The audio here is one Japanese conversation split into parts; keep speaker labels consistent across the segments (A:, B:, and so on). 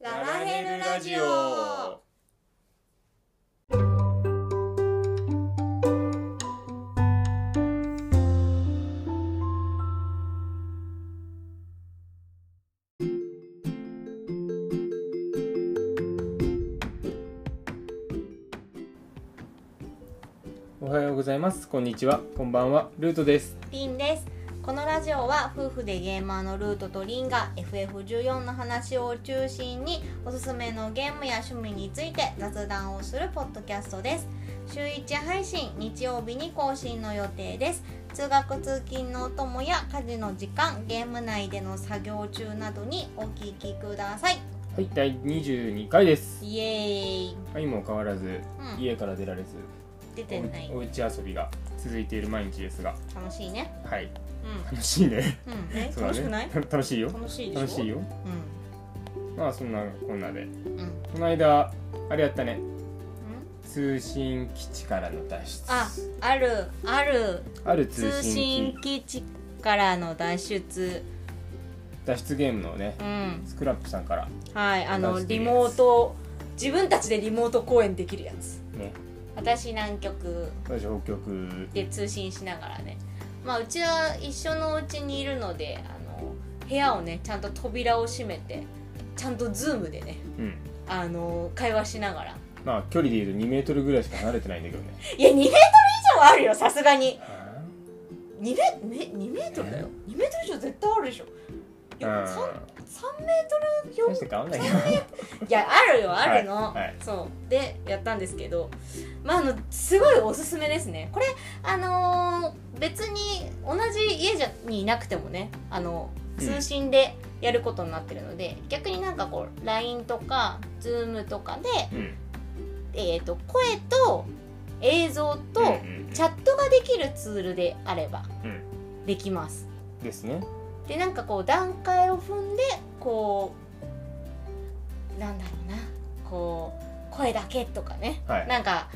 A: ネルラジオ
B: おはようございますこんにちはこんばんはルートです
A: リンですこのラジオは夫婦でゲーマーのルートとリンが FF14 の話を中心におすすめのゲームや趣味について雑談をするポッドキャストです週1配信日曜日に更新の予定です通学通勤のお供や家事の時間ゲーム内での作業中などにお聞きください
B: はい第22回です
A: イエーイ、
B: 相も変わらず
A: うん、
B: 家から出られず
A: 出てない
B: おうちおうち遊びが続いている毎日ですが
A: 楽しいね
B: はい
A: うん
B: 楽しいね
A: うんえ
B: そう
A: 楽
B: だね
A: しくない
B: 楽しいよ
A: 楽しいでしょ
B: 楽しいよ
A: う
B: まあそんなこんなで
A: んうん
B: この間あれやった
A: う
B: ね
A: ん
B: 通信基地からの脱出
A: ああるある
B: ある通
A: 通
B: 信
A: 信
B: 機
A: 基地からの脱出
B: 脱出ゲームのね
A: うん
B: スクラップさんから
A: はいあ
B: 出
A: の
B: し
A: リ
B: てるやつ
A: モート自分たちでリモート公演できるやつ
B: ね
A: 私南極
B: 私北極
A: で通信しながらねまあうちは一緒のうちにいるのであの部屋をねちゃんと扉を閉めてちゃんとズームでね
B: うん
A: あの会話しながら
B: まあ距離でいうと2メートルぐらいしか離れてないんだけどね
A: いや2メートル以上はあるよさすがに
B: はあ
A: 2メめ2メートルだよ2メートル以上絶対あるでしょいや 3, 3メートル
B: 大
A: 4
B: して変わんないけど
A: いやあるよあるの、
B: はいはい
A: そうでやったんですけどまああのすごいおすすめですねこれあのー別に同じ家じゃにいなくてもねあの
B: うん
A: 通信でやることになってるので、逆になんかこう LINE とか Zoom とかで、
B: うん
A: えー、と声と映像と
B: うんうん
A: チャットができるツールであれば
B: うん
A: できます
B: ですね
A: でなんかこう段階を踏んでこうなんだろうなこう声だけとかね、
B: はい
A: なんか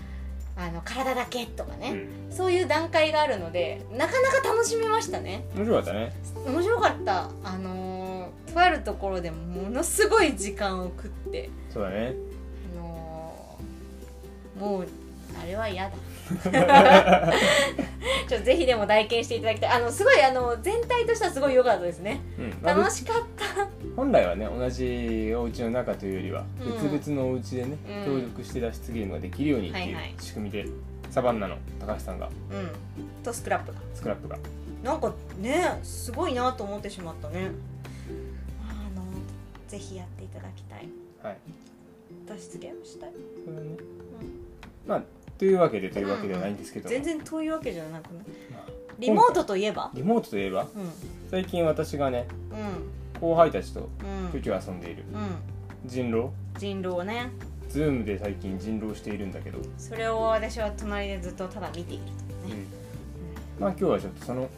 A: あの体だけとか
B: う
A: ね、
B: ん
A: そういう段階があるのでなかなか楽しめましたね
B: 面白かったね
A: 面白かったあのーとあるところでものすごい時間を食って
B: そうだね
A: あのーもうあれは嫌だ ちょっとぜひでも体験していただきたいあのすごいあの全体としてはすごい良かったですね
B: うんまあ
A: 楽しかった
B: 本来はね同じお家の中というよりは
A: うん
B: 別々のお家でね
A: うん
B: 協力して脱出ゲームができるようにって
A: はいいうはい
B: 仕組みでサバンナの高橋さんが
A: うん、とスクラップだ
B: スクラップが
A: なんかねすごいなと思ってしまったねあのぜひやっていただきたい
B: はい
A: 脱出ゲームしたい、
B: それはね
A: うん、
B: まあというわけでというわけではないんですけども
A: 全然遠いわけじゃなくない
B: まあ
A: リモートといえば
B: リモートといえば
A: うん
B: 最近私がね
A: うん
B: 後輩たちと
A: うん
B: ちょいちょい遊んでいる
A: うん
B: 人狼
A: 人狼ね
B: ズームで最近人狼しているんだけど、
A: それを私は隣でずっとただ見ているというね、
B: まあ今日はちょっとその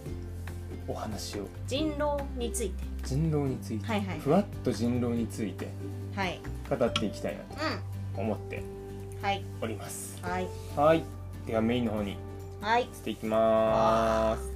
B: お話を
A: 人狼について
B: 人狼について、
A: はいはい
B: ふわっと人狼について
A: はい
B: 語っていきたいな
A: う
B: と思って
A: んはい
B: おります
A: はい
B: はいではメインの方に移
A: はい
B: っていきまーす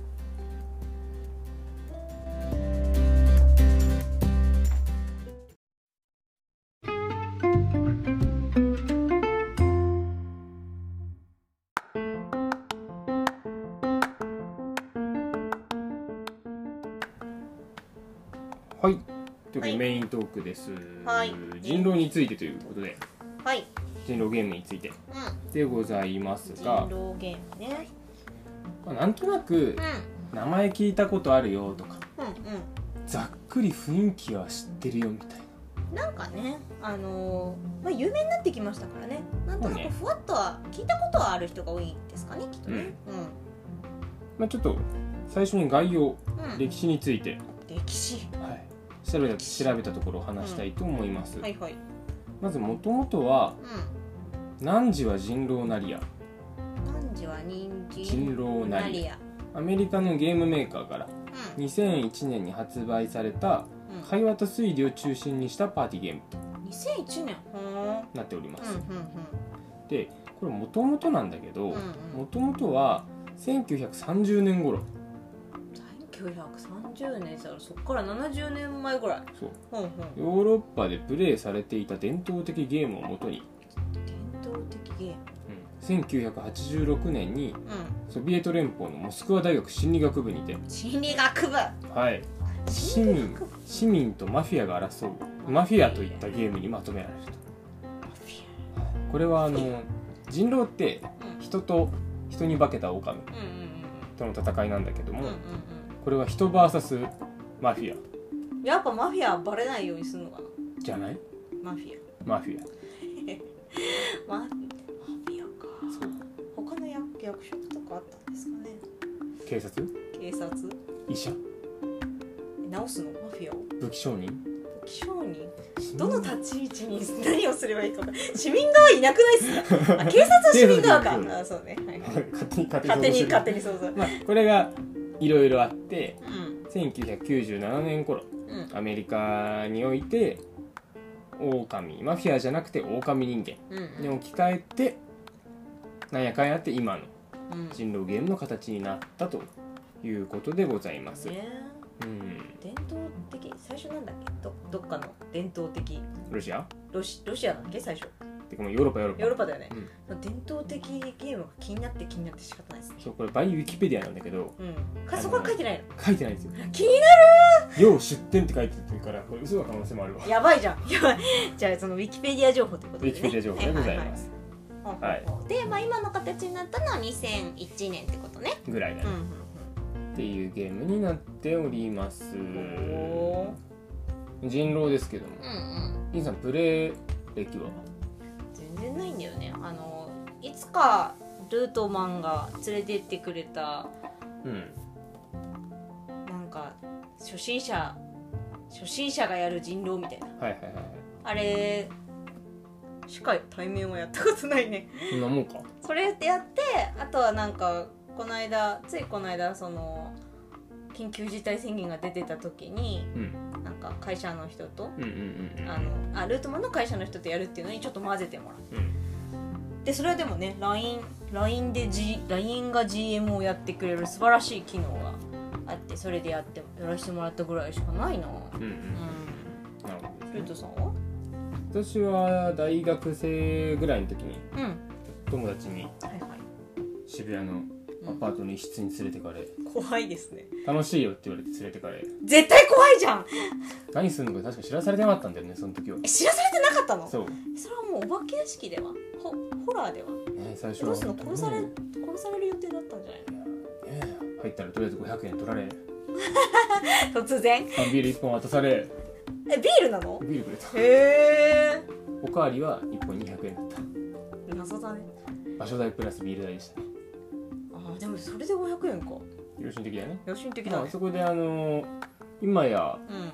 B: はいということ
A: は
B: で
A: い
B: メイントークです、
A: はい
B: 人狼についてということで
A: はい
B: 人狼ゲームについて
A: う
B: でございます
A: ん人
B: が、
A: 狼ゲームね
B: まあ、なんとなく名前聞いたことあるよとか
A: うんうんうん
B: ざっくり雰囲気は知ってるよみたいな
A: なんかね、あのーまあ、有名になってきましたからねなんとな
B: そう
A: く
B: ね
A: ふわっとは聞いたことはある人が多いですかねきっとね
B: まあ、ちょっと最初に概要
A: うん、うん、
B: 歴史について、
A: 歴史
B: はい、調べた調べたところを話したいと思います、
A: はいはい
B: まずもともとは
A: う
B: 何時は人狼なりや
A: ん何時は人気
B: 人狼なり
A: や
B: アメリカのゲームメーカーから
A: う
B: 2001年に発売された
A: ん、うん、
B: 会話と推理を中心にしたパーティーゲームと
A: 2001年ほー
B: なっておりま
A: うん
B: す、
A: うん
B: でこれもともとなんだけど
A: うんうん
B: もともとは1930年
A: う
B: 頃
A: ん1930 30年したらそっから70年前ぐらい
B: そう
A: ほんほん
B: ヨーロッパでプレイされていた伝統的ゲームをもとに、
A: 伝統的ゲーム
B: うん、1986年に
A: う
B: ソビエト連邦のモスクワ大学心理学部にて、
A: ん心理学部
B: はい、市民市民とマフィアが争うマフィアといったゲームにまとめられるとこれはあの人狼って人と人に化けた
A: うん
B: 狼
A: うん
B: との戦いなんだけど
A: うんうん
B: も、
A: うん
B: これは人 VS マフィア
A: うんやっぱマフィアはバレないようにするのかな
B: じゃない
A: マフィ
B: マフィア
A: アママフィアか他の役役職とかあったんですかね
B: 警察
A: 警察
B: 医者
A: 直すのマフィアを
B: 武器商人
A: 気象人どの立ち位置に何をす ればいいか分かんない市民側いなくないっす かあ警察は市民側か
B: 警察
A: あそうね、はいはい
B: 勝手に勝手
A: 勝手に勝
B: 手
A: 手に想像
B: まあこれがいろいろあって
A: うん
B: 1997年頃
A: うん
B: アメリカにおいて狼マフィアじゃなくて狼人間
A: うん
B: に置き換えてなんやかんやって今の
A: うん
B: 人狼ゲームの形になったということでございます、
A: ね
B: うん、
A: 伝統的最初なんだっけどどっかの伝統的
B: ロシア
A: ロシロシアだっけ最初
B: てかもうヨーロッパヨーロッパ
A: ヨーロッパだよね、伝統的ゲームが気になって気になって仕方ないですね
B: そうこれバイウィキペディアなんだけど
A: うんかそこは書いてないの
B: 書いてないんですよ
A: 気にな
B: 「要出典」って書いてるからこれ嘘の可能性もあるわ
A: るやばいじゃん やばいじゃあそのウィキペディア情報ってこと
B: ウィ
A: で
B: キ
A: す
B: ペ
A: ね
B: ディア情報でございます
A: はい
B: は
A: はいいはいで、まあ、今の形になったのは2001年ってことね
B: ぐらいだ
A: うん
B: ねっていうゲームになっております
A: うんうんお
B: 人狼ですけど
A: ー
B: も
A: うんうん
B: インさんプレイ歴は
A: 全然ないんだよねあのいつかルートマンが連れてってくれた
B: うん
A: なんか初心者初心者がやる人狼みたいな
B: はいはいはいはい
A: あれしか対面はやったことないね
B: そんなもんか
A: それってやってあとはなんかこの間ついこの間その緊急事態宣言が出てた時に
B: うん
A: なんか会社の人と
B: うんうんうんうん
A: あのあルートマンの会社の人とやるっていうのにちょっと混ぜてもらって
B: うん
A: でそれはでもね LINE, LINE, で、G、LINE が GM をやってくれる素晴らしい機能があってそれでやってやらせてもらったぐらいしかないな
B: うんう
A: うんん
B: なるほど
A: ルートさんは
B: 私は大学生ぐらいの時に
A: うんはい
B: 友達に
A: はい
B: 渋谷のアパートの一室に連れてかれ
A: 怖いですね
B: 楽しいよって言われて連れてかれ
A: 絶対怖いじゃん
B: 何するのか確か知らされてなかったんだよねその時は
A: え知らされてなかったのそ
B: そう、
A: れはもうお化け屋敷ではほホラーでは
B: ね、最初
A: ど
B: は
A: うすんの
B: 本
A: 殺
B: 当に
A: され殺される予定だったんじゃない
B: いやいや入ったらとりあえず500円取られ
A: の突然
B: 缶ビール1本渡され
A: えビールなの
B: ビールくれた
A: へえ
B: おかわりは1本200円だった
A: 謎だね
B: 場所代プラスビール代でした
A: あーでもそれで500円か
B: 良心的だよね
A: 良心的だ
B: ま
A: ね
B: あそこであのー今や
A: うん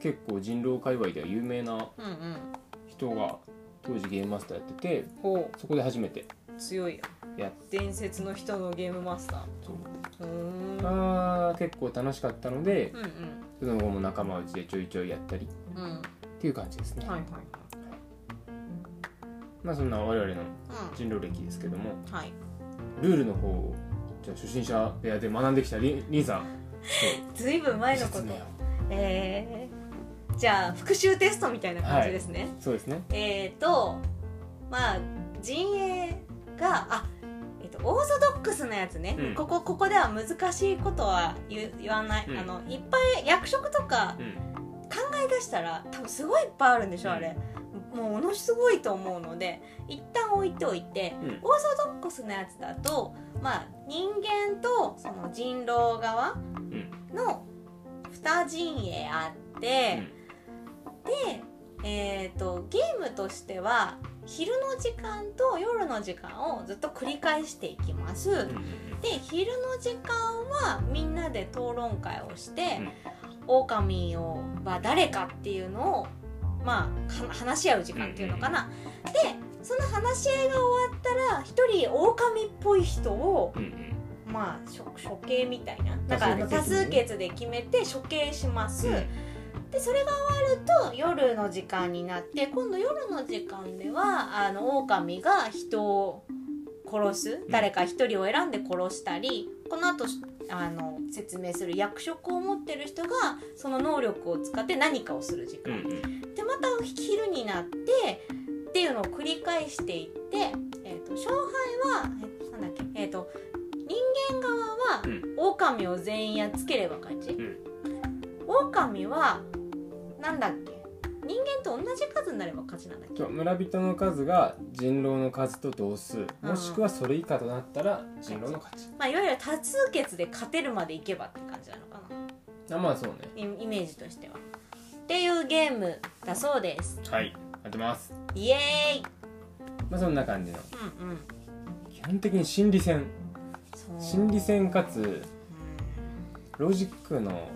B: 結構人狼界隈では有名な
A: うんうん
B: 人が当時ゲームマスターやってて
A: ほ
B: そこで初めて
A: う強い
B: やっ
A: 伝説の人のゲームマスタ
B: そう
A: ーうーんうん
B: あー結構楽しかったので
A: うん
B: その後も仲間内でちょいちょいやったりっ
A: うんは
B: ていう感じですね、
A: いはいはい
B: まあそんな我々の
A: う
B: 人狼歴ですけども
A: んはい
B: ルールの方をじゃあ初心者部屋で学んできたりりんさん
A: ずいぶん前のこ
B: 説
A: と
B: 明を
A: えー、じゃあ復習テストみたいな感じですね、
B: そうですね
A: えーとまあ陣営があえっとオーソドックスなやつね、
B: うん
A: ここここでは難しいことは言う言わない、
B: うん
A: あのいっぱい役職とか
B: うん
A: 考え出したら多分すごいいっぱいあるんでしょあれ、もうものすごいと思うので一旦置いておいて
B: うん
A: オーソドックスなやつだとまあ人間とその人狼側の2陣営あって、で、えー、とゲームとしては昼の時間と夜の時間をずっと繰り返していきます。
B: うん
A: で昼の時間はみんなで討論会をして、狼をは誰かっていうのをまあは話し合う時間っていうのかな、でその話し合いが終わったら一人狼っぽい人を
B: うんうん
A: まあ処処刑みたいななんかあの
B: 多
A: 多
B: 数
A: 数
B: 決
A: 決で決めて処刑します、
B: うん
A: でそれが終わると夜の時間になって今度夜の時間ではあの狼が人を殺す誰か一人を選んで殺したりこのあとあの説明する役職を持ってる人がその能力を使って何かをする時
B: う
A: 間、
B: ん
A: でまた昼になってっていうのを繰り返していって、えー、と勝敗はえーなんだっけ、えー、と人間側は
B: うん
A: 狼を全員やっつければ勝ち、
B: ん
A: 狼はなんだっけ人間と同じ数になれば勝ちなんだっけ
B: そう村人の数が人狼の数と同数もしくはそれ以下となったら人狼の勝ち
A: まあ、いわゆる多数決で勝てるまでいけばって感じなのかな
B: あまあそうね
A: イイメージとしては。っていうゲームだそうです。
B: はいやってます
A: イエーイ、
B: まあそんな感じの
A: うんうん、
B: 基本的に心理戦
A: そう
B: 心理戦かつ
A: うん
B: ロジックの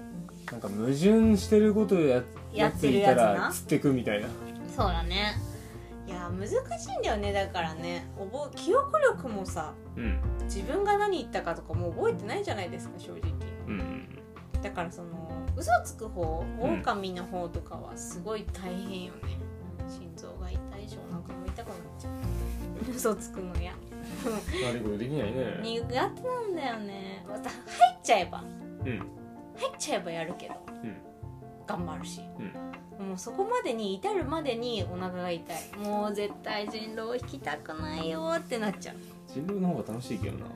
B: なんか矛盾してることをや
A: やってる
B: い
A: や
B: た
A: つな
B: ら釣ってくみたいな
A: そうだねいや難しいんだよねだからね覚え記憶力もさ
B: うん
A: 自分が何言ったかとかもう覚えてないじゃないですか正直
B: うん
A: だからその嘘つく方
B: うん
A: 狼の方とかはすごい大変よね、心臓が痛いしお腹も痛くなっちゃう嘘つくのや
B: 悪いことできないね
A: 苦手なんだよねまた入っちゃえば
B: うん
A: 入っちゃえばやるけど
B: うん
A: 頑張るし、
B: うん
A: もうそこまでに至るまでにお腹が痛いもう絶対人狼引きたくないよってなっちゃう
B: 人狼の方が楽しいけどな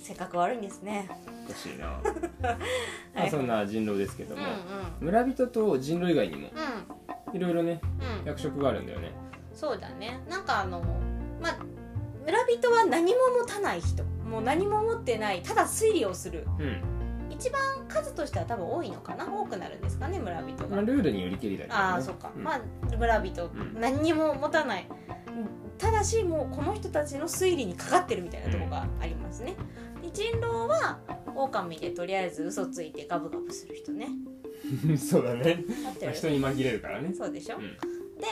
A: 性格悪いんですね
B: おかしいなま
A: は
B: あ
A: い
B: そんな人狼ですけ
A: う
B: ど
A: ん
B: も
A: うん
B: 村人と人狼以外にも
A: う
B: いろいろね
A: んうん
B: 役職があるんだよね
A: そうだねなんかあのまあ村人は何も持たない人もう何も持ってないただ推理をする
B: うん
A: 一番数としては多分多いのかな多くなるんですかね村人が、
B: まあルールによりけりだけどね
A: ああそっか、
B: うん
A: まあ村人、
B: ん
A: 何にも持たないただしもうこの人たちの推理にかかってるみたいなとこがありますね、で人狼は狼でとりあえず嘘ついてガブガブする人ね
B: そうだね
A: 合って
B: まあ
A: る
B: 人に紛れるからね
A: そうでしょ、
B: うん
A: で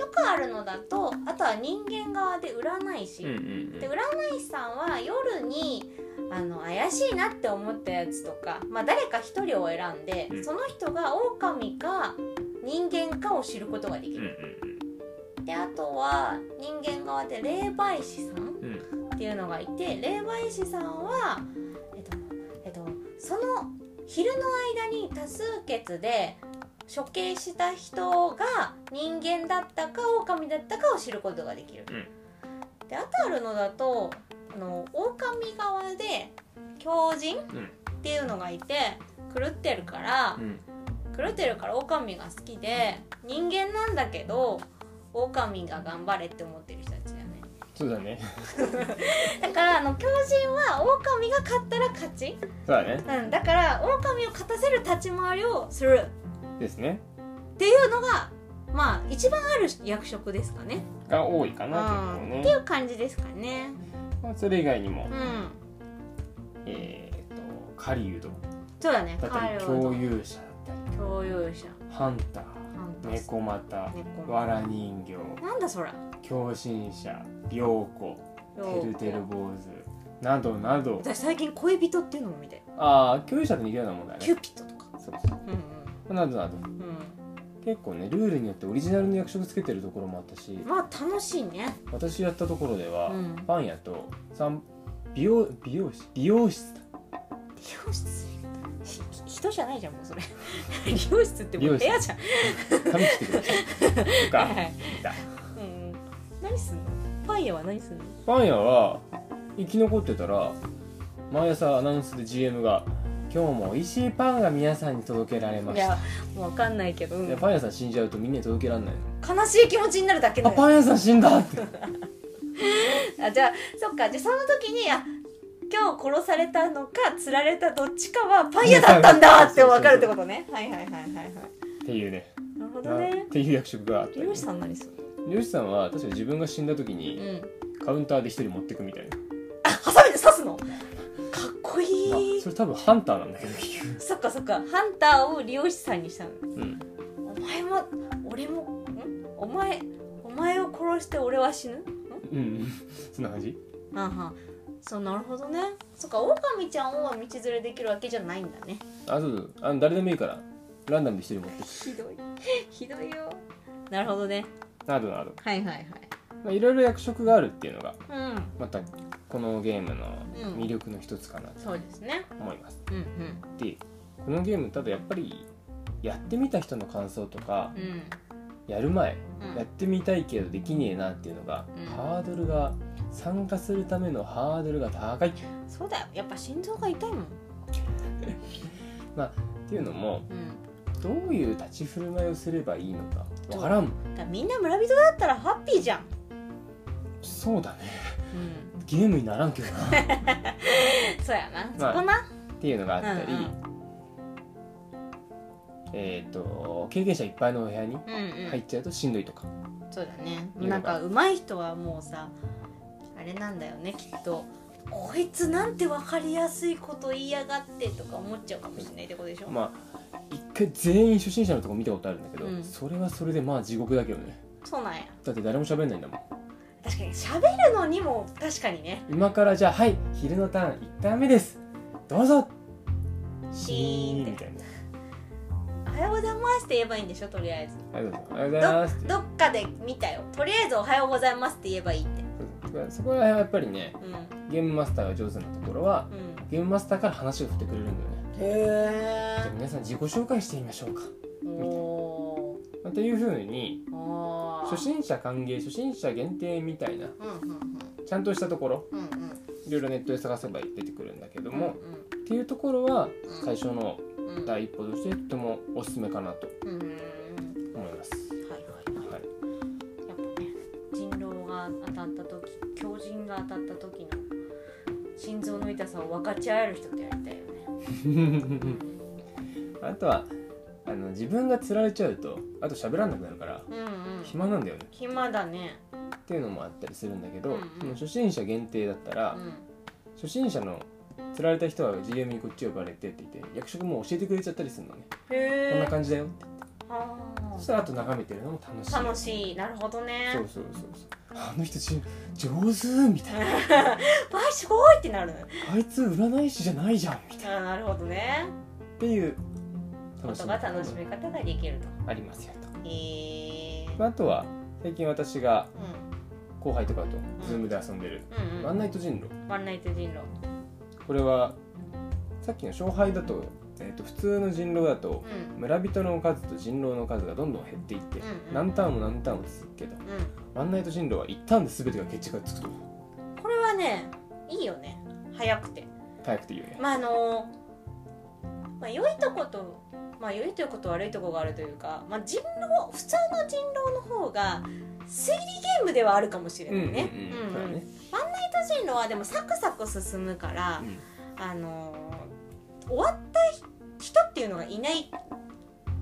A: よくあるのだとあとは人間側で占い師、
B: うんうん
A: で占い師さんは夜にあの怪しいなって思ったやつとか、まあ、誰か一人を選んで、
B: うん
A: その人が狼か人間かを知ることができ
B: うんう
A: る
B: ん
A: であとは人間側で霊媒師さん
B: うんうん
A: っていうのがいて霊媒師さんはえっと、えっと、その昼の間に多数決で処刑した人が人間だったか狼だったかを知ることができる。であとあるのだとあの狼側で狂人
B: うん
A: っていうのがいて狂ってるから
B: うん
A: 狂ってるから狼が好きで人間なんだけど狼が頑張れって思ってる人たちだよね
B: そうだね
A: だからあの狂人は狼が勝ったら勝ち、
B: そうだね
A: うん、だから狼を勝たせる立ち回りをする
B: ですね
A: っていうのがまあ一番ある役職ですかね
B: が多いかな
A: うんっ
B: 結
A: て
B: 構
A: い
B: ね
A: う感じですかね
B: まあそれ以外にも
A: うん
B: えーと狩人
A: そうだね
B: だったり
A: 彼
B: 共
A: は
B: 有者だったり
A: 共有者
B: ハンター
A: ンター
B: 猫股
A: 猫股
B: わら人形
A: なんだそら
B: 狂信者良子てるてる坊主などな ど
A: 私最近恋人っていうのも見て
B: ああ共有者と似たようなもんだ
A: キュー
B: ね
A: ピットとか
B: そうそ
A: うん
B: うなどなど
A: うん
B: 結構ねルールによってオリジナルの役職つけてるところもあったし
A: うんまあ楽しいね
B: 私やったところでは、
A: うん
B: パン屋とさん美容美容師美容室だ
A: 美容室ひ人じゃないじゃんもうそれ 美容室って
B: 美
A: もう部
B: 容室
A: 屋じゃん
B: 髪切ってくれたとか
A: はいはい
B: いた
A: うんうん何すんのパン屋は何すんの
B: パン屋は生き残ってたら毎朝アナウンスで GM が「今日も美味しいパンが皆さんに届けられま
A: い
B: した
A: やもう分かんないけど、う」ん
B: いやパン屋さん死んじゃうとみんなに届けられないの
A: 悲しい気持ちになるだけ
B: あ
A: だよ
B: パン屋さん死んだって
A: あじゃあそっかじゃあその時にあ今日殺されたのか釣られたどっちかはパン屋だったんだって分かるってことねはいはいはいはいはい
B: っていうね
A: なるほ
B: な
A: どね
B: っていう役職があった
A: 美
B: り
A: 容師さん何すんの
B: 漁師さんは確か自分が死んだ時に
A: うん
B: カウンターで一人持ってくみたいな、
A: あハサミで刺すのかっこ
B: まあ
A: いい、
B: それ多分ハンターなんだけど結局
A: そっかそっかハンターを利用師さんにしたの
B: うん
A: お前も俺もんお前お前を殺して俺は死ぬん
B: うんそんな感じ
A: はんはんそうなるほどねそっかオオカミちゃんを道連れできるわけじゃないんだね
B: あそうそうあの誰でもいいからランダムで一人持ってく
A: ひどい ひどいよなるほどね
B: などなど
A: はいはいはい
B: まあいろいろ役職があるっていうのが
A: うん
B: またこのゲームの
A: うん
B: 魅力の一つかなと
A: そうですね
B: 思います。
A: うんうん
B: でこのゲームただやっぱりやってみた人の感想とか
A: うん
B: やる前
A: うん
B: やってみたいけどできねえなっていうのが
A: うん
B: ハードルが参加するためのハードルが高いっ
A: そうだよやっぱ心臓が痛いもん
B: ていうのも
A: うん
B: どういう立ち振る舞いをすればいいのかわからん
A: だからみんな村人だったらハッピーじゃん
B: そうだね
A: う
B: ゲームにならんけどなっ
A: んそうやな
B: まあ
A: そこな
B: ていうのがあったり、
A: うんうん
B: えっ、と経験者いっぱいのお部屋に
A: うんうん
B: 入っちゃうとしんどいとか、
A: そうだね
B: いうのが
A: なんか上手い人はもうさあれなんだよねきっとこいつなんて分かりやすいこと言いやがってとか思っちゃうかもしれないってことでしょ、
B: まあ一回全員初心者のとこ見たことあるんだけど、
A: うん
B: それはそれでまあ地獄だけどね
A: そうなんや
B: だって誰も喋んないんだもん
A: 確かに喋るのにも確かにね
B: 今からじゃあはい昼のターン1ターン目ですどうぞ
A: シーンって
B: みたいな
A: 「おはようございます」って言えばいいんでしょとりあえず
B: ありがとうござい
A: ど
B: ます
A: どっかで見たよとりあえず「おはようございます」って言えばいいって
B: そこら辺はやっぱりね
A: うん
B: ゲームマスターが上手なところは
A: うん
B: ゲームマスターから話を振ってくれるんだよね
A: へ
B: じゃあ皆さん自己紹介してみましょうか
A: えおー
B: というふうに
A: おー
B: 初心者歓迎初心者限定みたいな
A: うんうん
B: ちゃんとしたところ
A: うんうんうん
B: いろいろネットで探せば出てくるんだけど
A: うん
B: も、
A: うん
B: っていうところは
A: うん
B: 最初の
A: うん
B: 第一歩としてとてもおすすめかなと
A: うん
B: 思います、
A: はいはいはい
B: はい、
A: やっぱね人狼が当たった時狂人が当たった時の心臓の痛さを分かち合える人とやりたいよね、
B: あとはあの自分が釣られちゃうとあと喋らなくなるから
A: うん、うんうん
B: 暇なんだよね
A: 暇だね
B: っていうのもあったりするんだけど、
A: うんうん
B: その初心者限定だったら、
A: う
B: 初心者の釣られた人は GM にこっち呼ばれてって言って役職も教えてくれちゃったりするのね、
A: んへえ
B: こんな感じだよって
A: あ
B: そし
A: ー
B: たらあと眺めてるのも楽しい
A: 楽しいなるほどね
B: そうそうそうそうあの人じ上手みたい な
A: わあすごいってなる
B: あいつ占い師じゃないじゃんみたいな
A: あーなるほどね
B: っていう
A: こ
B: 楽し
A: と
B: み
A: が楽しみ方ができると
B: ありますよと
A: へえ
B: まああとは最近私が
A: うん
B: 後輩とかと Zoom で遊んでる、
A: うん
B: ワ
A: う
B: ン
A: ん
B: ナイト人狼
A: ワンナイト人狼
B: これはさっきの勝敗だと,、えーと普通の人狼だと
A: うん
B: 村人の数と人狼の数がどんどん減っていって、
A: うんうん
B: 何ターンも何ターンも続くけど
A: う
B: ワンナイト人狼は1ターンで全てが決着がつくと
A: んこれはねいいよね早くて
B: 早くて言うね、
A: まああのまあ良いとことまあ良いということ悪いとこがあるというか、まあ、人狼普通の人狼の方が推理ゲームではあるかもしれ
B: うん
A: な
B: うん
A: いうね。
B: んそうだね
A: 人人狼はでもサクサク進むから
B: う、ん
A: あの終わった人っていうのがいないっ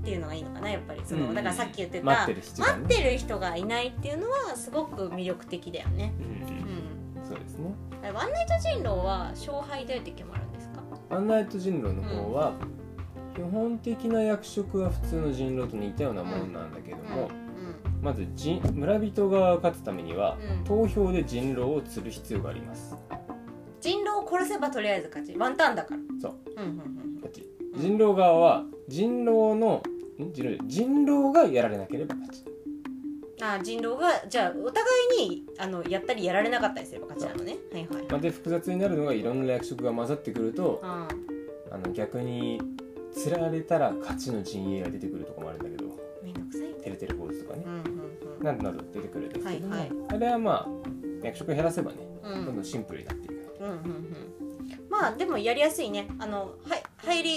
A: ていうのがいいのかなやっぱりその、
B: うんうん
A: だからさっき言ってた
B: 待ってる人がね
A: 待ってる人がいないっていうのはすごく魅力的だよね。
B: うん
A: う
B: うん
A: ん、
B: そうですね
A: あれワンナイト人狼は勝敗どうやって決まるんですか
B: ワンナイト人狼の方は、基本的な役職は普通の人狼と似たようなもんなんだけども、
A: う
B: まず人村人が勝つためには、
A: んうん
B: 投票で人狼を釣る必要があります
A: 人狼を殺せばとりあえず勝ちワンタンだから
B: そう、
A: うんうん
B: だって人狼側は人狼のん人狼人狼がやられなければ勝ち
A: うん、あ人狼がじゃあお互いにあのやったりやられなかったりすれば勝ちなのねはいはい
B: まあで複雑になるのがいろんな役職が混ざってくると
A: あー
B: あの逆に釣られたら勝ちの陣営が出てくるとこもあるんだけど
A: めんどくさい
B: てるてる坊主とかね
A: うんうん
B: などなど出てくるんですけども、
A: はいはい
B: あれはまあ役職減らせばね
A: うんう
B: どんど
A: ん
B: んシンプルになっていく
A: うんうんうんまあでもやりやすいねあのはい入り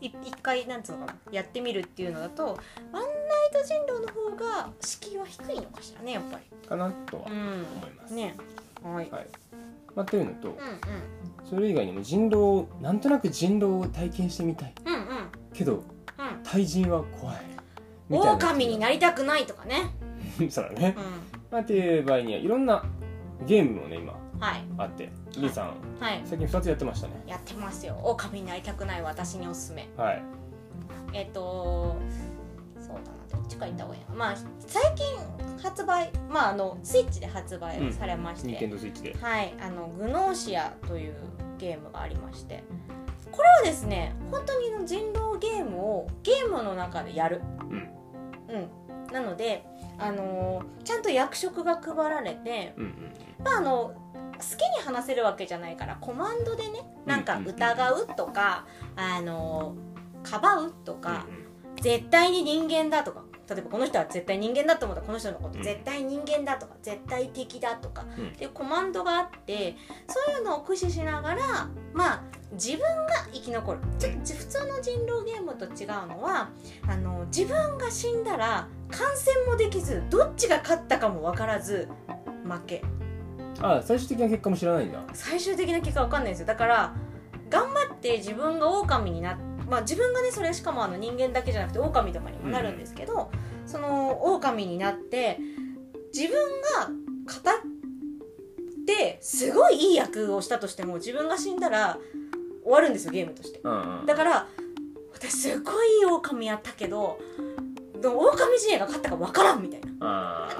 A: い一回なんつうのかなやってみるっていうのだとワンナイト人狼の方が敷居は低いのかしらねやっぱり
B: かなとは
A: う
B: 思います、
A: んねはい
B: はいまあ、というのと
A: う
B: それ以外にも人狼をなんとなく人狼を体験してみたい
A: んうんうんうん
B: けど
A: うん
B: 対人は怖いみたいな
A: 狼になりたくないとかね
B: そうだね
A: う、
B: まあ、っていう場合にはいろんなゲームもね今
A: んはい
B: あってリーさん
A: はい
B: 最近2つやってましたね
A: やってますよ狼になりたくない私におすすめ
B: はい
A: えっ、とそうだなどっちか行った方がいいなまあ最近発売まああのスイッチで発売されまし
B: 任
A: て、
B: 天堂スイッチで
A: はいあのグノーシアというゲームがありましてこれはですね本当に人狼ゲームをゲームの中でやる
B: うん
A: うんなのであのーちゃんと役職が配られて
B: うん
A: まああの好きに話せるわけじゃないからコマンドでねなんか
B: うんうんうん
A: 疑うとか、あのかばうとか、
B: うん
A: 絶対に人間だとか例えばこの人は絶対人間だと思ったらこの人のこと
B: うん
A: 絶対人間だとか絶対敵だとか
B: うん
A: っていうコマンドがあってそういうのを駆使しながらまあ自分が生き残るちょっと普通の人狼ゲームと違うのはあの自分が死んだら感染もできずどっちが勝ったかも分からず負け
B: あ最終的な結果も知らないんだ
A: 最終的な結果わかんないんですよだから頑張って自分が狼になっまあ自分がねそれしかもあの人間だけじゃなくて狼とかにもなるんですけど、その狼になって自分が語ってすごいいい役をしたとしても自分が死んだら終わるんですよゲームとして
B: うんうん
A: だから私すごいいい狼やったけどでも狼陣営が勝ったかわからんみたいな
B: あー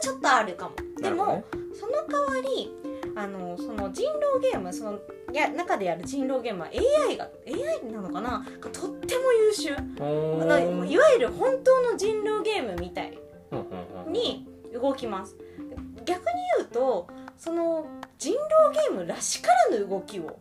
A: ちょっとあるかもで
B: なる
A: も、
B: ほどね
A: その代わりあのその人狼ゲームそのや中でやる人狼ゲームは AI が AI なのかながとっても優秀
B: ほー
A: ないうわゆる本当の人狼ゲームみたい
B: んうんうん
A: に動きます逆に言うとその人狼ゲームらしからぬ動きを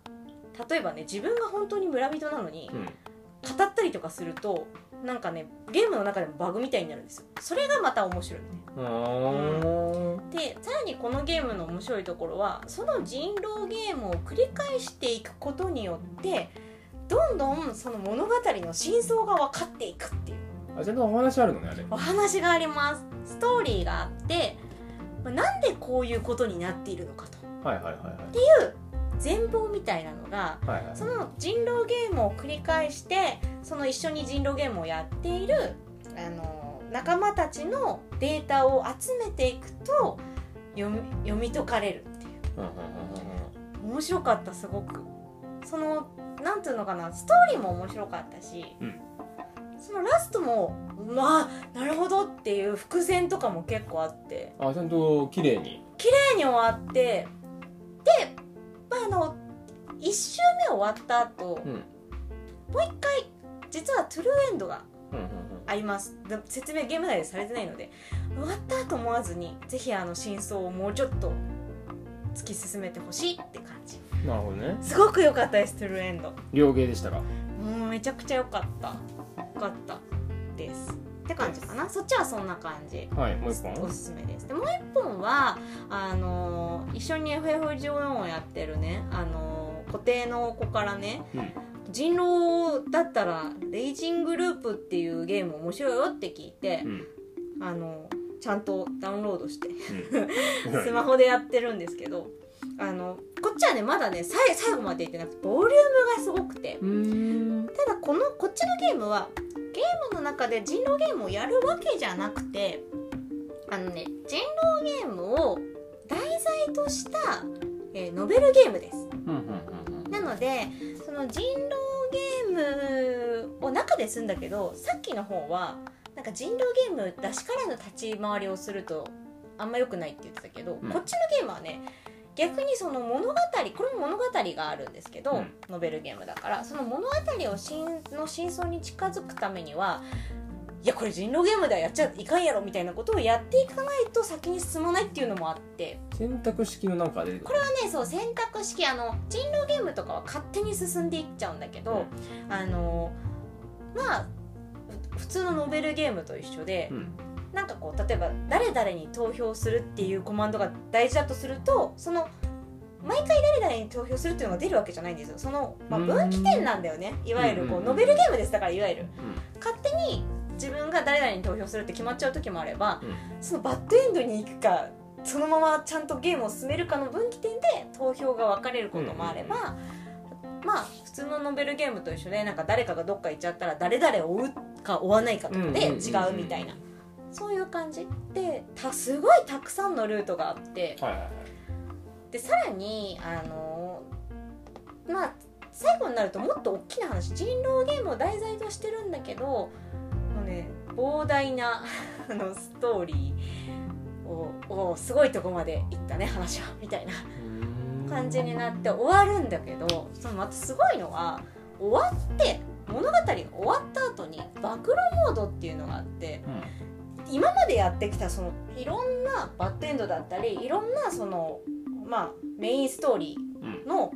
A: 例えばね自分が本当に村人なのに
B: うん
A: 語ったりとかするとなんかねゲームの中でもバグみたいになるんですよそれがまた面白い
B: あー
A: でさらにこのゲームの面白いところはその人狼ゲームを繰り返していくことによってどんどんその物語の真相が分かっていくっていう
B: あちゃんとお話あるのねあれ
A: お話がありますストーリーがあってまあなんでこういうことになっているのかと
B: はいはいはいはい
A: 全貌みたいなのが
B: はいはい
A: その人狼ゲームを繰り返してその一緒に人狼ゲームをやっているあの仲間たちのデータを集めていくと読み読み解かれるっていう。
B: うんうんうんうんうん
A: 面白かったすごくそのなんていうのかなストーリーも面白かったし、
B: うん
A: そのラストもまあなるほどっていう伏線とかも結構あって
B: あちゃんと綺麗に
A: 綺麗に終わってで、まあ、あの1周目終わった後、
B: うん
A: もう一回実はトゥルーエンドが
B: うんうん
A: ありますで説明ゲーム内でされてないので終わったと思わずにぜひあの真相をもうちょっと突き進めてほしいって感じ
B: うんなるほどね
A: すごく良かったですトゥルーエンド
B: 両芸でしたか
A: もうめちゃくちゃ良かった良かったですって感じかなそっちはそんな感じ
B: はいもう一本
A: おすすめですでもう一本はあのー一緒に FF14 をやってるねあのー固定の子からね
B: うん
A: 人狼だったらレイジングループっていうゲーム面白いよって聞いて
B: う、ん
A: あのーちゃんとダウンロードして
B: うん
A: スマホでやってるんですけどあのこっちはねまだねさい最後までいってなくてボリュームがすごくて
B: うーん
A: ただこのこっちのゲームはゲームの中で人狼ゲームをやるわけじゃなくてあのね人狼ゲームを題材とした、えーノベルゲームです
B: うんうんうんうん
A: なのでその人狼ゲームを中ですんだけどさっきの方はなんか人狼ゲームらしからぬ立ち回りをするとあんま良くないって言ってたけど、
B: うん
A: こっちのゲームはね逆にその物語これも物語があるんですけど、
B: うん
A: ノベルゲームだからその物語をしの真相に近づくためにはいやこれ人狼ゲームではやっちゃいかんやろみたいなことをやっていかないと先に進まないっていうのもあって
B: 選択式のなんか出てくる
A: ねそう選択式あの人狼ゲームとかは勝手に進んでいっちゃうんだけど、あのまあふ普通のノベルゲームと一緒で、
B: うん
A: なんかこう例えば誰々に投票するっていうコマンドが大事だとするとその毎回誰々に投票するっていうのが出るわけじゃないんですよその、まあ、
B: うん
A: 分岐点なんだよねいわゆるこ
B: うんうんう
A: うんノベルゲームですだからいわゆる勝手に自分が誰々に投票するって決まっちゃう時もあれば、
B: うんうん
A: そのバッドエンドに行くかそのままちゃんとゲームを進めるかの分岐点で投票が分かれることもあれば、まあ普通のノベルゲームと一緒でなんか誰かがどっか行っちゃったら誰々を追うか追わないかとかで違うみたいな、そういう感じでたすごいたくさんのルートがあって
B: はいはいはい
A: でさらにあのまあ最後になるともっと大きな話人狼ゲームを題材としてるんだけどもうね膨大な あのストーリーををすごいとこまでいったね話はみたいな感じになって終わるんだけどそのまたすごいのは終わって物語が終わった後に暴露モードっていうのがあって
B: うん
A: 今までやってきたそのいろんなバッドエンドだったりいろんなそのまあ、メインストーリ
B: うん
A: ーの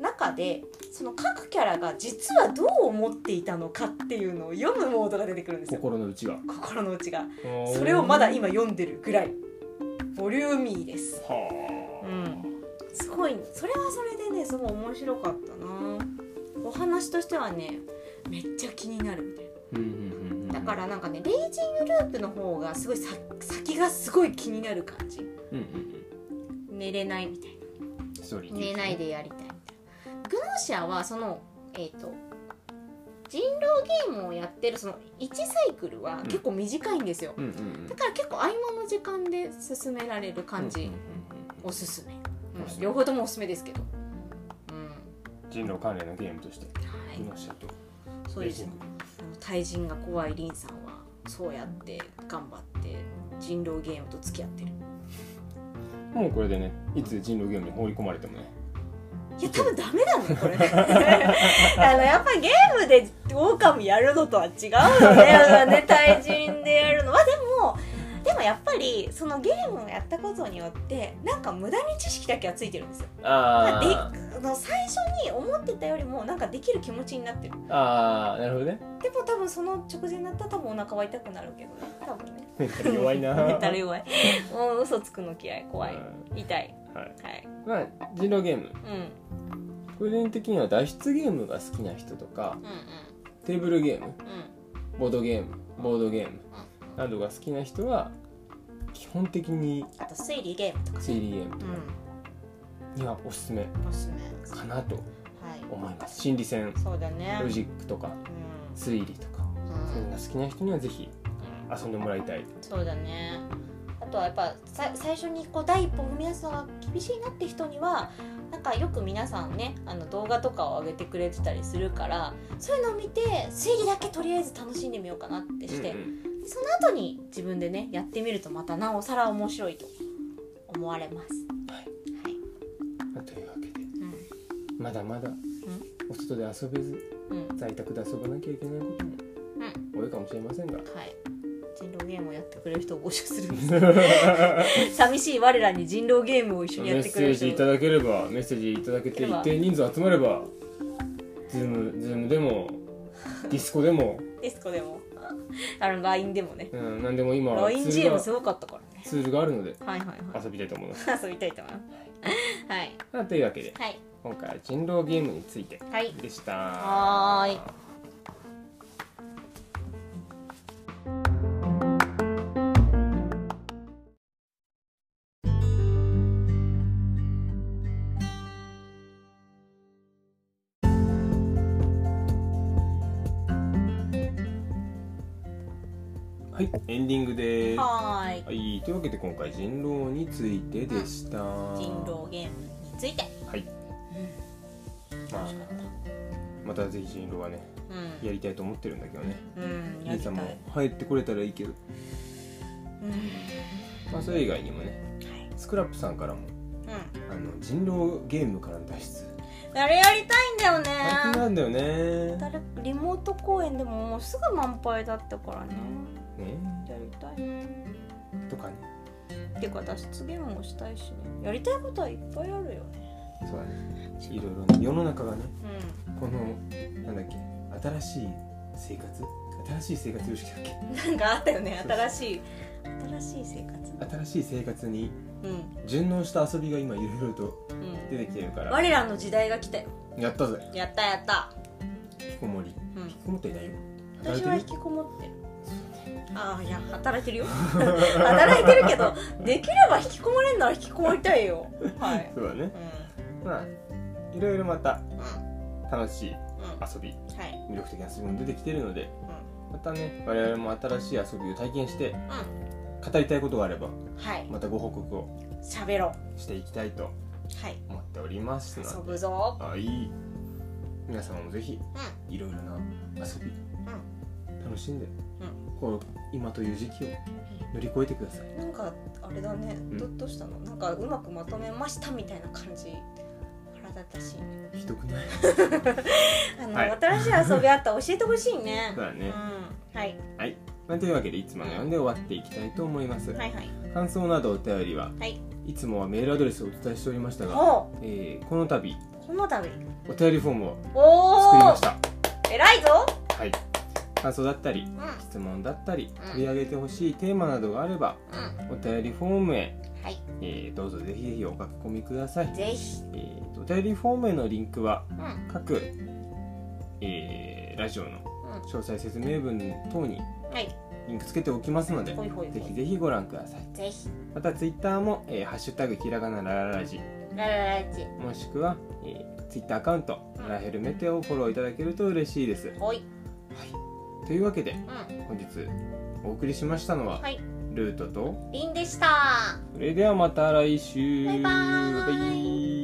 A: 中でその各キャラが実はどう思っていたのかっていうのを読むモードが出てくるんですよ
B: 心の内が
A: 心の内がそれをまだ今読んでるぐらいボリューミーです
B: はあ、
A: うんすごいそれはそれでねすごい面白かったなお話としてはねめっちゃ気になるみたいな
B: うんうんうん
A: だからなんかねレイジングループの方がすごいさ先がすごい気になる感じ
B: うんうんうん
A: 寝れないみたい
B: ストーリー
A: な寝れないでやりたいみたいなグノーシアはそのえっ、と人狼ゲームをやってるその1サイクルは結構短いんですよ、
B: うんうんうん
A: だから結構合間の時間で進められる感じ、
B: うんうん
A: おすすめ、
B: おすす
A: うん、
B: め
A: 両方ともおすすめですけどうん
B: うん人狼関連のゲームとして
A: は
B: 木
A: い
B: 下と
A: そうですね対人が怖いリンさんはそうやって頑張って人狼ゲームと付き合ってる
B: もうこれでねいつ人狼ゲームに放り込まれてもね
A: いや多分ダメだねこれ あのやっぱゲームでオオカミやるのとは違うよねあのね対人でやるのはでもでもやっぱりそのゲームをやったことによってなんか無駄に知識だけはついてるんですよ
B: あ
A: であの最初に思ってたよりもなんかできる気持ちになってる
B: ああなるほどね
A: でも多分その直前になったら多分お腹は痛くなるけどね多分ね
B: メン タル 弱いな
A: メンタル弱いもう嘘つくの嫌い怖い痛い
B: はい
A: はい
B: まあ人狼ゲーム
A: うんうん
B: 個人的には脱出ゲームが好きな人とか
A: う
B: テーブルゲーム
A: んうん
B: ボードゲームボードゲームなどが好きな人は基本的に
A: あと推理ゲームとか
B: 推理ゲーム
A: う
B: にはおすすめ
A: んおすすめ
B: かなと
A: はい
B: 思います心理戦
A: そうだね
B: ロジックとか
A: うん
B: 推理とかそういうのが好きな人にはぜひ
A: うん
B: 遊んでもらいたい
A: そうだねあとはやっぱさ最初にこう第一歩を踏み出すのが厳しいなって人にはなんかよく皆さんねあの動画とかを上げてくれてたりするからそういうのを見て推理だけとりあえず楽しんでみようかなってして、
B: うんうん
A: その後に自分でねやってみるとまたなおさら面白いと思われます。
B: はい
A: はい
B: まあというわけで
A: うん
B: まだまだお外で遊べず
A: うん
B: 在宅で遊ばなきゃいけないことも多いかもしれませんが
A: はい人狼ゲームをやってくれる人を募集するんです 寂しい我らに人狼ゲームを一緒に
B: メ
A: や
B: ッ
A: ってく
B: セ
A: れ
B: ー
A: る
B: ジい
A: 人
B: ただければメッセージいただけて一定人数集まればズームズームでもディスコでも、
A: ディスコでもあの LINE でもね
B: うん、何でも今
A: LINEGM す
B: ツ
A: ごかったからね
B: ールがあるので
A: はいはいは
B: 遊びたいと思います。
A: い 遊びたいと思いますはい
B: まあというわけで
A: はい
B: 今回は人狼ゲームについて
A: はい
B: でした。
A: はーい
B: はいエンディングです。は
A: はーい
B: いというわけで今回人狼についてでした。
A: 人狼ゲームについて
B: はい。ま
A: 楽
B: あ
A: しかった
B: またぜひ人狼はねやりたいと思ってるんだけどね。
A: うんうんやり
B: 兄
A: た
B: さ
A: い
B: んも入ってこれたらいいけど、
A: うん
B: まあそれ以外にもね
A: はい
B: スクラップさんからも
A: う
B: あの人狼ゲームからの脱出。
A: んあれやりたいんだよ
B: 大変
A: ね
B: なんだよね。ね。
A: 誰リモート公演でももうすぐ満杯だったからねやりたい
B: とかね。
A: ていうか脱出ゲームもしたいしねやりたいことはいっぱいあるよね
B: そうだね。いろいろね世の中がね。
A: う
B: このなんだっけ新しい生活新しい生活様式だっ
A: んなんかあったよね新しい新しい生活
B: け新しい生活に
A: うん
B: 順応した遊びが今いろいろと
A: うん
B: 出てきてるから
A: 我らの時代が来たよ
B: やったぜ
A: やったやった
B: 引きこもり
A: うん
B: 引きこもっていないよ働
A: 私
B: いて
A: は
B: る
A: 引きこもってるああいや働いてるよ働いてるけ どできれば引きこもれんなら引きこもりたいよはい
B: そうだね
A: うん
B: まあいろいろまた
A: うん
B: 楽しい
A: うんは
B: 遊び
A: い
B: 魅力的な遊びも出てきてるのでまたね我々も新しい遊びを体験して語りたいことがあれば
A: うんはい
B: またご報告を
A: 喋ろう
B: していきたいと
A: はい
B: 思っておりますので
A: 遊ぶぞ
B: はい皆様もぜひ
A: う
B: いろいろな遊び、楽しんで、
A: う
B: こう今という時期を乗り越えてください、
A: んなんかあれだね
B: ん
A: どどうしたのなんかうまくまとめましたみたいな感じ腹立たしいね
B: ひどくない
A: あの、
B: はい
A: 新しい遊びあったら教えてほしいね
B: そうだね
A: うん、はい
B: まあ、というわけでいつもの読んで終わっていきたいと思います、
A: はいはい
B: 感想などお便りは
A: はい
B: いつもはメールアドレスをお伝えしておりましたが、
A: ほ
B: えーこの度
A: うこの度
B: お便りフォームを作り
A: お
B: ま
A: お
B: した
A: 偉いぞ
B: はい感想だったり
A: うんうん
B: 質問だったり
A: うん
B: 取り上げてほしいテーマなどがあればお便りフォームへ、
A: はい
B: えーどうぞぜひぜひお書き込みください、
A: ぜひ
B: えーとお便りフォームへのリンクは
A: うんうん
B: 各、えーラジオの詳細説明文等に
A: はい
B: リンクつけておきますので
A: ほいほいほい
B: ぜひぜひご覧ください
A: ぜひ
B: またツイッターも、えーハッシュタグひらがなラララジ
A: ラララジ
B: もしくは、えー、ツイッターアカウントララヘルメテをフォローいただけると嬉しいです
A: ほい
B: というわけで
A: うん
B: 本日お送りしましたのは、
A: はい
B: ルートと
A: りんでした
B: それではまた来週
A: バイバーイ
B: バイバイ